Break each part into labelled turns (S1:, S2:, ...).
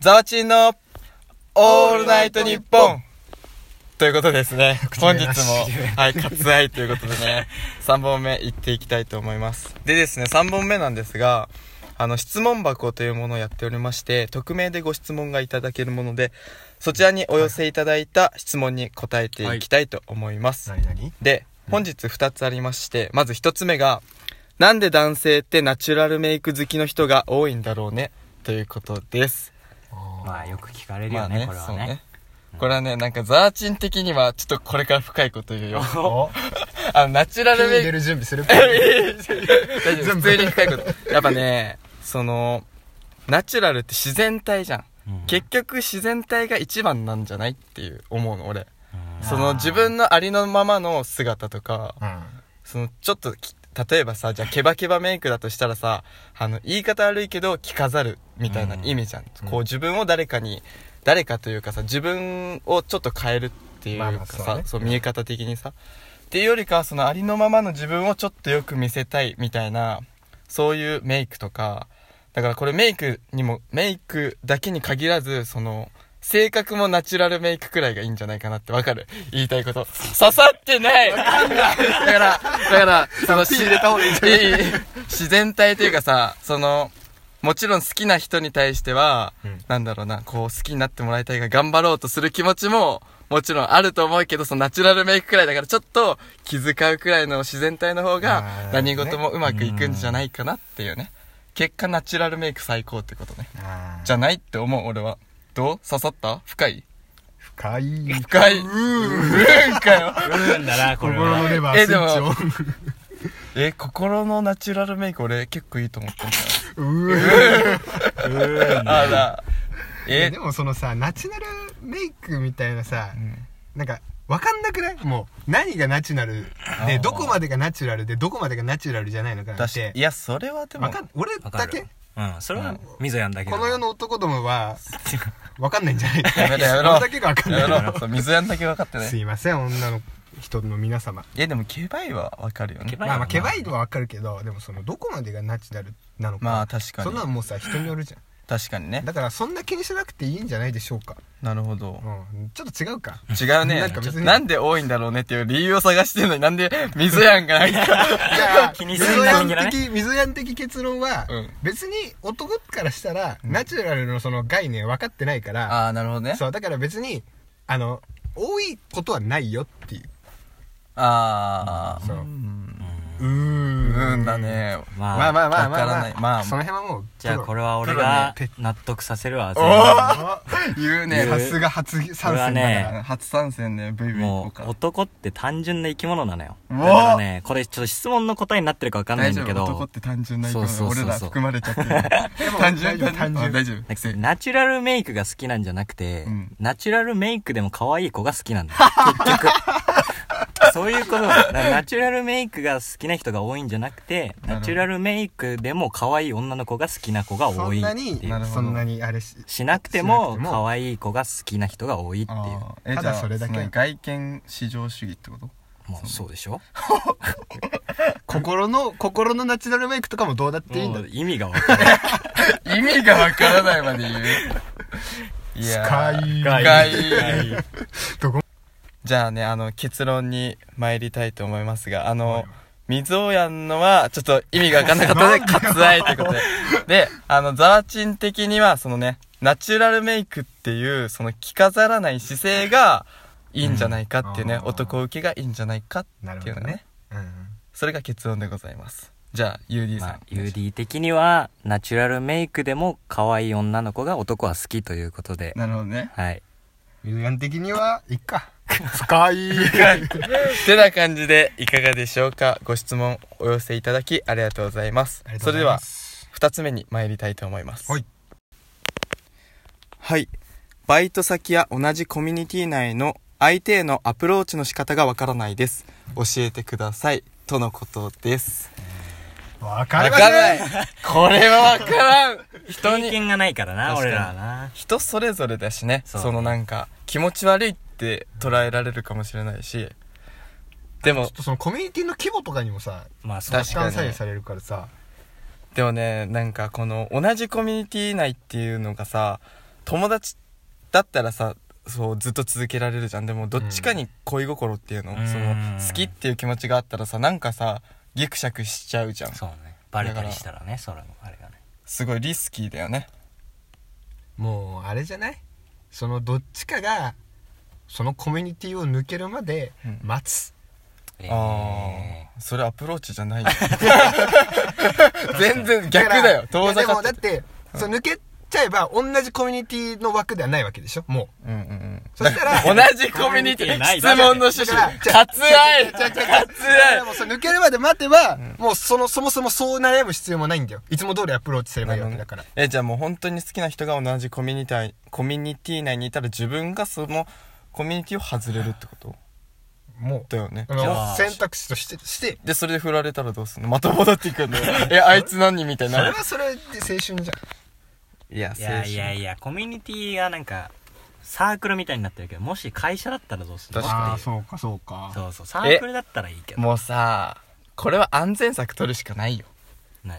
S1: ザワチンのオールナイトニッポンということですね。本日も
S2: らしい、
S1: はい、割愛ということでね、3本目行っていきたいと思います。でですね、3本目なんですが、あの、質問箱というものをやっておりまして、匿名でご質問がいただけるもので、そちらにお寄せいただいた質問に答えていきたいと思います。
S2: 何何
S1: で、本日2つありまして、まず1つ目が、なんで男性ってナチュラルメイク好きの人が多いんだろうね、ということです。
S3: まあよく聞かれるよね,、これは
S1: そう
S3: ね
S1: これはね、なんか、ザーチン的には、ちょっとこれから深いこと言うよ。
S2: お
S1: あの、ナチュラ
S2: ピ
S1: ル
S2: ー
S1: メイ
S2: 出
S1: ク。
S2: る準備する
S1: 大丈夫、普通に深いこと。やっぱね、その、ナチュラルって自然体じゃん。
S3: うん
S1: 結局、自然体が一番なんじゃないっていう、思うの、俺。
S3: うん
S1: その、自分のありのままの姿とか、
S2: うん
S1: その、ちょっとき、例えばさ、じゃあ、ケバケバメイクだとしたらさ、あの、言い方悪いけど、着飾る、みたいな意味じゃん。
S2: うん
S1: こう、自分を誰かに、誰かというかさ、自分をちょっと変えるっていう
S2: まあ
S1: か
S2: まあ
S1: さ、
S2: そう
S1: そう
S2: ね
S1: 見え方的にさ。っていうよりかは、その、ありのままの自分をちょっとよく見せたい、みたいな、そういうメイクとか、だからこれメイクにも、メイクだけに限らず、その、性格もナチュラルメイクくらいがいいんじゃないかなってわかる言いたいこと。刺さってないだから、だから、その、入れた方がいい自然体というかさ、その、もちろん好きな人に対しては、
S2: うん
S1: なんだろうな、こう好きになってもらいたいが頑張ろうとする気持ちも、もちろんあると思うけど、そのナチュラルメイクくらいだからちょっと気遣うくらいの自然体の方
S2: あ
S1: が
S2: ー
S1: 何事もうまくいくんじゃないかなっていうね。結果ナチュラルメイク最高ってことね。
S2: あ
S1: じゃないって思う俺は。どう刺さった深い
S2: 深い
S1: 深い。うーんかよ。
S3: うんだなこれ
S2: 心の
S3: は
S2: レバ
S1: え
S2: ースイ
S1: でも
S2: ッチを
S1: え、心のナチュラルメイク俺結構いいと思ってんだよ。
S2: うー
S3: うん
S1: あら。
S2: え
S1: え
S2: で、もそのさナチュラルメイクみたいなさ
S1: うん
S2: なんかわかんなくないもう何がナチュラル
S1: あ
S2: で
S1: ー
S2: どこまでがナチュラルでどこまでがナチュラルじゃないのかなっ
S1: 確かに
S2: て
S1: いや、それはでも
S2: わか、ん俺
S3: わか
S2: だ
S3: る
S2: け
S3: うんそれはみぞやんだけど
S2: この世の男ど もはわかんないんじゃない
S1: やめろやめろ
S2: 俺だけがわかん
S1: や
S2: な
S1: めろそう水やんだけ分かってないい
S2: すいません女の人の皆様
S1: いやでもケバイは分かるよね
S3: ケバイ
S2: まあまあケバイ
S3: ド
S2: ドはわかるけどでもそのどこまでがナチュラルなのか
S1: まあ確かに
S2: そんなのもうさ人によるじゃん
S1: 確かにね
S2: だからそんな気にしなくていいんじゃないでしょうか、
S1: なるほど
S2: うん、ちょっと違うか
S1: 違うね
S2: なんか別に
S1: なんで多いんだろうねっていう理由を探してるのになんで水やんがなんか
S2: いや
S3: 気にする
S2: 水
S3: んだ
S2: やん
S3: 気
S2: 的水やん的結論は、
S1: うん
S2: 別に男からしたら、ナチュラルのその概念分かってないから
S1: ああなるほどね
S2: そうだから別にあの多いことはないよっていう
S1: ああ
S2: そう
S1: うん
S2: うー
S1: うんだね
S2: まあまあまあまあ
S1: わから
S2: ま
S1: な
S2: あ
S1: いまあ
S2: その辺はもう
S3: じゃあこ
S2: れ
S3: れは俺が納得させるわ
S1: お
S3: 全
S1: お言う
S3: 言
S2: さ
S3: う
S1: ね
S2: すが初参戦だから、
S3: これはね
S1: 初参戦ねブイブ
S3: 部
S1: イ行
S3: も
S1: こ
S3: う
S1: うか
S3: 男って単純な生き物なのよ
S1: う
S3: だ
S1: お
S3: からねこれちょっと質問の答えになってるか分かんな
S1: 大
S3: いん
S1: 丈
S3: だけ
S1: 夫男
S3: ど
S1: って単純な生き
S3: そ
S1: 物
S3: うそうそうそう
S1: 俺ら含まれちゃってる単純
S2: 大丈夫単純
S1: あ大丈夫せ
S3: ナチュラルメイクが好きなんじゃなくて、
S1: うん
S3: ナチュラルメイクでも可愛い子が好きなんだよ結局。そういうことだからナチュラルメイクが好きな人が多いんじゃなくて、
S1: ほど
S3: ナチュラルメイクでも可愛い女の子が好きな子が
S2: そ
S3: 多い
S2: んな
S3: って
S2: に
S3: い
S1: な
S3: う。
S1: るほど
S2: そんなにあれし
S3: しなくて
S2: しなく
S3: も
S2: ても
S3: 可愛い子が好きな人が多いっていう。
S1: あーえ
S2: ただ
S1: じゃあ
S2: それだけ
S1: の外見至上主義ってこと
S3: もうそうでしょ
S2: 心の心のナチュラルメイクとかもどうだっていいんだ
S3: もう意味が 分かんない。
S1: 意味がわからないまで言う。い
S2: 深い
S1: 深い。
S2: どこ
S1: じゃあね、あの、結論に参りたいと思いますが、あ
S2: は
S1: の
S2: い、
S1: 水尾やんのは、ちょっと意味がわかんなかったので、割愛ということで。で、あの、ザワチン的には、そのね、ナチュラルメイクっていう、その着飾らない姿勢がいいんじゃないかっていうね、
S2: うんあー
S1: 男受けがいいんじゃないかっていうの
S2: なるほど
S1: ね
S2: ね。うん
S1: それが結論でございます。じゃあ、UD さ
S3: ま
S1: ん。
S3: あ、UD 的には、ナチュラルメイクでも可愛い女の子が男は好きということで。
S1: なるほどね。
S3: はい。
S2: ミルヤン的にはいっか深い
S1: てな感じでいかがでしょうかご質問お寄せいただきありがとうございます
S2: ありがと
S1: そう
S2: ご
S1: れで
S2: ざいま
S1: は
S2: す
S1: 2つ目に参りたいと思います
S2: はい
S1: はいバイト先や同じコミュニティ内の相手へのアプローチの仕方がわからないです教えてくださいとのことです
S2: わか
S1: わ
S2: りま
S1: から
S2: せ
S1: なんいこれはわからん人
S3: 経
S1: に
S3: 験がないからな、
S1: 確かに
S3: 俺らはな。
S1: 人それぞれだしね
S3: そう
S1: そのなんか気持ち悪いって捉えられるかもしれないしで
S2: ちょ
S1: も
S2: っとそのコミュニティの規模とかにもさ
S3: まあ、そうだ
S1: 確
S2: 時
S1: かに
S2: 間左右されるからさ
S1: でもねなんかこの同じコミュニティ内っていうのがさ友達だったらさそうずっと続けられるじゃんでもどっちかに恋心っていうの、
S3: うん
S1: その好きっていう気持ちがあったらさなんかさギクシャクしちゃうじゃん
S3: そうねバレたりしたらねそれもあれがね
S1: すごいリスキーだよね
S2: もうあれじゃないそのどっちかがそのコミュニティを抜けるまで
S1: うん
S2: 待つ、
S3: え
S1: あ
S3: え
S1: あそれアプローチじゃ ないよ 全然逆だよ
S2: から
S1: 遠ざ
S2: いやで
S1: か
S2: も
S1: って
S2: だって、そう抜けちゃえば同じコミュニティの枠ではないわけでしょもう
S1: うんうんうん
S2: そしたら
S1: 同じコミュニテ
S3: コミュニティな
S1: ィ
S3: い
S1: 質問の趣旨
S2: だから
S1: 割愛
S2: 違う違う違う
S1: 割
S2: 違う
S1: 愛
S2: でもそれ抜けるまで待てば、もうそのそもそもそう悩む必要もないんだよいつも通りアプローチすればいいわけだから、
S1: えじゃあもう本当に好きな人が同じコミュニティコミュニティ内にいたら自分がそのコミュニティを外れるってこと
S2: も
S1: だよね
S2: う
S3: じ
S2: もう
S3: ゃあ
S2: 選択肢としてして
S1: でそれで振られたらどうすんのまた戻っていくんだよ えあいつ何みたいに
S2: それ
S1: な
S2: は
S1: る
S2: それで青春じゃん
S1: いや
S3: いやいやいやコミュニティがなんかサークルみたいになってるけどもし会社だったらどうするの
S1: 確か
S3: っていう
S2: うかそうか
S3: そうそうサークルだったらいいけど
S1: もうさこれは安全策取るしかないよ
S3: 何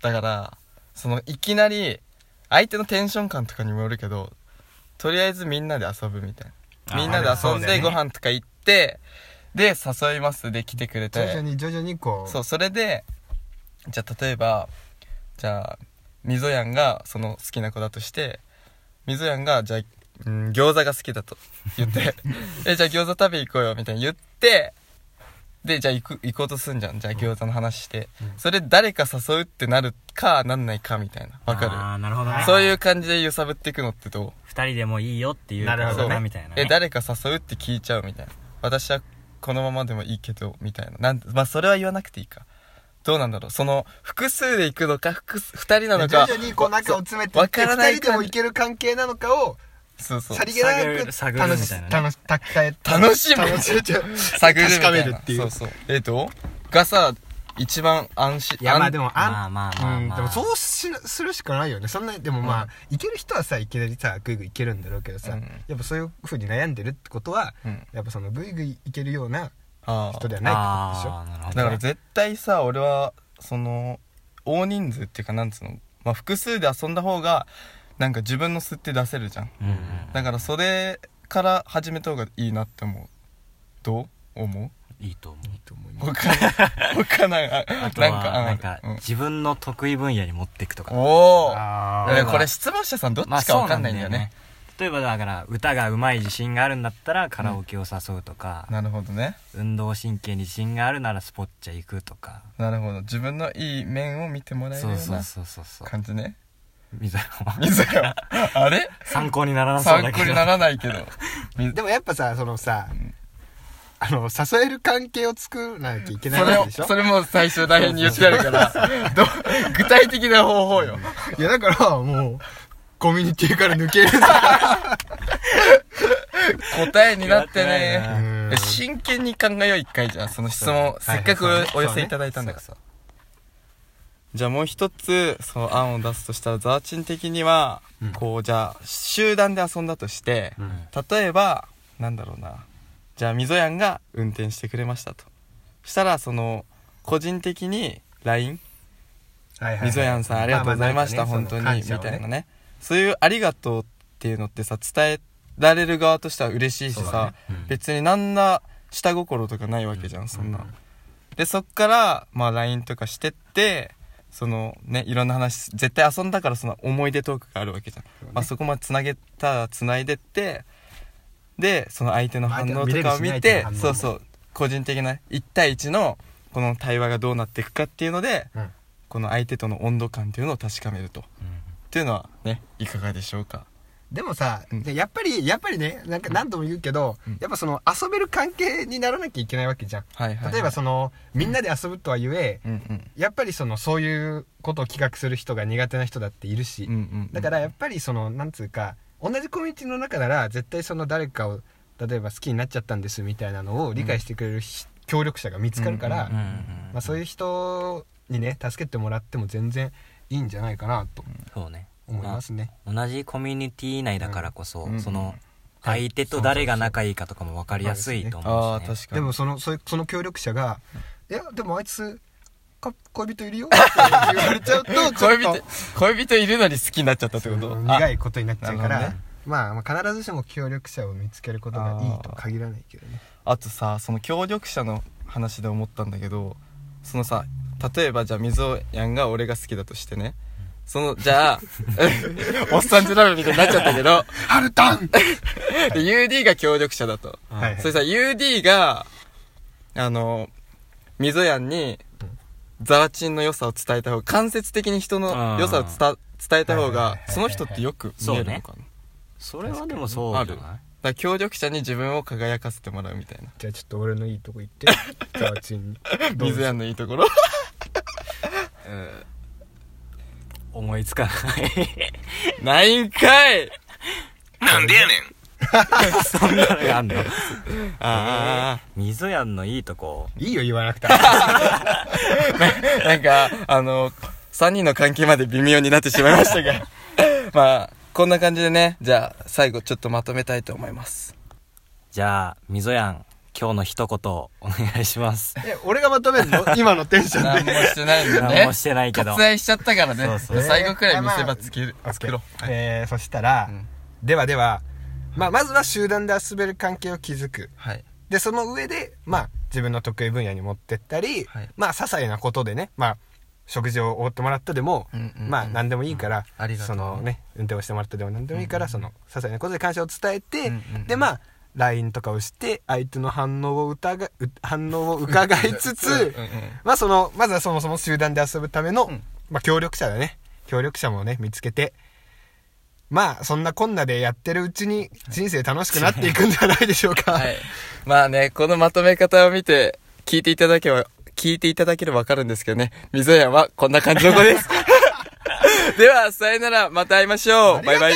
S1: だからそのいきなり相手のテンション感とかにもよるけどとりあえずみんなで遊ぶみたいなみんなで遊ん
S2: あーそうだ
S1: で
S2: ね
S1: ご飯とか行ってで誘いますで来てくれ
S2: 徐々
S1: て
S2: に徐々にこう
S1: そうそれでじゃあ例えばじゃあみぞやんがその好きな子だとしてみぞやんがじゃあ、うん、餃子が好きだと言って えじゃあ餃子食べ行こうよみたいに言ってでじゃあ行く行こうとすんじゃんじゃあ餃子の話して、
S2: うん
S1: それ誰か誘うってなるかなんないかみたいなわ
S3: あ
S1: か
S3: あなるほど
S1: る
S3: ね
S1: そういう感じで揺さぶっていくのってどう
S3: 二人でもいいよっていう
S2: なるほ
S1: どね
S3: そうみたいなね
S1: え誰か誘うって聞いちゃうみたいな私はこのままでもいいけどみたいななんまあそれは言わなくていいかどうなんだろうその複数で行くのか複数2人なの
S2: 徐
S1: か
S2: 々にこう仲を詰めて
S1: わ
S2: っ
S1: か
S2: て
S1: らない
S2: 二人でもいける関係なのかを
S1: そうそう
S2: さりげなく楽し
S3: 探る探るみたいなね
S2: 楽し楽し
S1: 楽しむ
S2: 楽しむ違う
S1: 探るみたいな
S2: 確かめるっていう
S1: そうそうえっ、とがさ一番安心
S2: いやまあ
S1: 安
S2: でも
S3: ま
S2: あ
S3: あ
S2: ん
S3: まあまあまあ
S2: うんでもそうしなするしかないよねそんなでもまあ、いける人はさいきなりさグイグイいけるんだろうけどさ、
S1: うん
S2: やっぱそういうふうに悩んでるってことは、
S1: うん
S2: やっぱそのグイグイいけるような
S1: あー
S2: 人ではないって
S3: ああなるほど
S1: だから絶対さ俺はその大人数っていうかなんつうの、まあ、複数で遊んだ方がなんか自分の素って出せるじゃん
S3: うんうん
S1: だからそれから始めた方がいいなって思うどう 思
S3: いいと思う
S2: ことでしょ、
S1: う他他なんか
S3: あと
S1: な
S3: は
S1: んか
S3: なんか
S1: うん
S3: 自分の得意分野に持っていくとか
S1: おお
S2: あ
S3: ー
S1: えこれ質問者さんどっちか分かんないんだよね,、
S3: 例えばだから歌がうまい自信があるんだったらカラオケを誘うとか、
S1: なるほどね
S3: 運動神経に自信があるならスポッチャ行くとか、
S1: なるほど自分のいい面を見てもらえる
S3: そ
S1: よ
S3: う
S1: う
S3: そう
S1: な
S3: そうそうそう
S1: 感じね
S3: みたいな
S1: 水 があれ
S3: 参考にならなそう
S1: 参
S3: だ
S1: 考
S3: け
S1: に
S3: ど
S1: ならない けどみ
S2: でもやっぱさそのさ、あの誘える関係を作らなきゃいけない
S1: それ
S2: わけ
S1: を
S2: でしょ
S1: それも最初大変に言ってあるからどう具体的な方法よ
S2: いやだからもうコミュニティから抜 けるさ
S1: 答えにな って
S3: や
S1: ね
S3: ってないな
S2: うん
S1: え真剣に考えよう一回じゃあその質問
S2: そう
S1: せっかくお,、
S2: はいはいそうね
S1: 寄せいただいたんだからさじゃあもう一つその案を出すとしたらザーチン的には、
S2: うん
S1: こうじゃあ集団で遊んだとして、
S2: うん
S1: 例えばなんだろうなじゃあみぞやんが運転してくれましたとしたらその個人的に LINE
S2: はいはい
S1: みぞやんさんありがとうございました、
S2: ああなん
S1: 本
S2: か
S1: 当
S2: ね
S1: に、み
S2: その感謝を
S1: たいなねそういうありがとうっていうのってさ伝えられる側としては嬉しいし
S2: そうだ
S1: さ、
S2: ね
S3: うん
S1: 別に何ら下心とかないわけじゃん、そんな、でそっから、まあ、LINE とかしてってそのねいろんな話絶対遊んだからその思い出トークがあるわけじゃんそ,、まあ、そこまでつなげたらつないでってでその相手の反応とかを見て
S2: 相手の見れるしないとの反応も
S1: そうそう個人的な1対1のこの対話がどうなっていくかっていうので
S2: うん
S1: この相手との温度感っていうのを確かめるとっ
S3: うん
S1: ていうのはねいかがでしょうか
S2: でもさ、
S1: うん
S2: でやっぱりやっぱりねなんか何度も言うけど、
S1: うん
S2: やっぱその遊べる関係にならなきゃいけないわけじゃん、
S1: はいはい、はい、
S2: 例えばそのみんなで遊ぶとはゆえ、
S1: うんうん
S2: やっぱりそのそういうことを企画する人が苦手な人だっているし、
S1: うんうんうん
S2: だからやっぱりそのなんつうか同じコミュニティの中なら絶対その誰かを例えば好きになっちゃったんですみたいなのを理解してくれるひ、協力者が見つかるから、
S1: うん
S3: うんうん
S2: まあ、そういう人にね助けてもらっても全然いいんじゃないかなと
S3: そうね
S2: 思いますね、
S3: 同じコミュニティ内だからこそ、
S1: うん
S3: そ
S1: うん
S3: の相手と誰が仲いいかとかも分かりやすいと思うし、ね
S1: ああー確かに
S2: でもそのそれその協力者が「いやでもあいつか恋人いるよ」って言われちゃうとちょ
S1: 恋
S2: っと
S1: 人恋人いるのに好きになっちゃったって
S2: そう
S1: こと
S2: 苦
S1: い
S2: いことになっちゃう
S1: な
S2: か
S1: る
S2: ら
S1: ほどね
S2: まあまあ必ずしも協力者を見つけることがいいと限らないけどね
S1: あとさその協力者の話で思ったんだけどそのさ例えばじゃあみぞやんが俺が好きだとしてねそのじ ゃあおっさんずラブみたいになっちゃったけど
S2: 「ハルタン!
S1: で UD が協力者だと、
S3: うん
S2: はい
S1: それさ UD があのみぞやんにザワチンの良さを伝えた方が間接的に人の良さを伝伝えた方
S2: はいはいはい
S1: が
S2: はい
S1: その人ってよく見えるのかな、
S3: それはでもそうじゃ
S1: 確
S3: ない
S1: だから協力者に自分を輝かせてもらうみたいな」
S2: じゃあちょっと俺のいいとこ行って ザワチンにどう
S1: 水
S2: ぞ
S1: 屋のいいところ
S3: 思いつかない。
S1: ないんかい
S4: なんでやねん
S3: そんなのがあんの
S1: あ
S3: みぞやんのいいとこ。
S2: いいよ言わ なくてあ
S1: あなんかあの3人の関係まで微妙になってしまいましたが まあこんな感じでねじゃあ最後ちょっとまとめたいと思います
S3: じゃあ、みぞやん、今日の一言、お願いします。
S2: え俺がまとめ るの今のテンション
S1: 何もしてないんで
S3: 何
S1: ね
S3: もしてないけど
S1: 割。愛しちゃったからね
S3: そうそう
S1: 最後くらい見せ場つける、
S2: オッ
S1: つけ
S2: ケー
S1: ろ、はい
S2: えーそしたら、
S1: うん
S2: ではでは、まあ、まずは集団で遊べる関係を築く
S1: はい
S2: でその上で、まあ、自分の得意分野に持ってったり、
S1: はい
S2: まあ些細なことでね、まあ、食事を覆ってもらったでも、
S1: うんうんうん
S2: まあ何でもいいから、
S1: ありがと
S2: そうのね運転をしてもらったでも何でもいいから、その些細なことで感謝を伝えて、
S1: うんうんうん
S2: でまあ LINE とかをして相手の反応を疑う反応を伺いつつ、
S1: うんうん
S2: まあそのまずはそもそも集団で遊ぶための、
S1: うん
S2: まあ協力者だね協力者もね見つけてまあそんなこんなでやってるうちに人生楽しくなっていくんじゃないでしょうか、
S1: はい、まあねこのまとめ方を見て聞いていただけば聞いていただければわかるんですけどね 水屋はこんな感じの子ですではさよならまた会いましょうバイバイ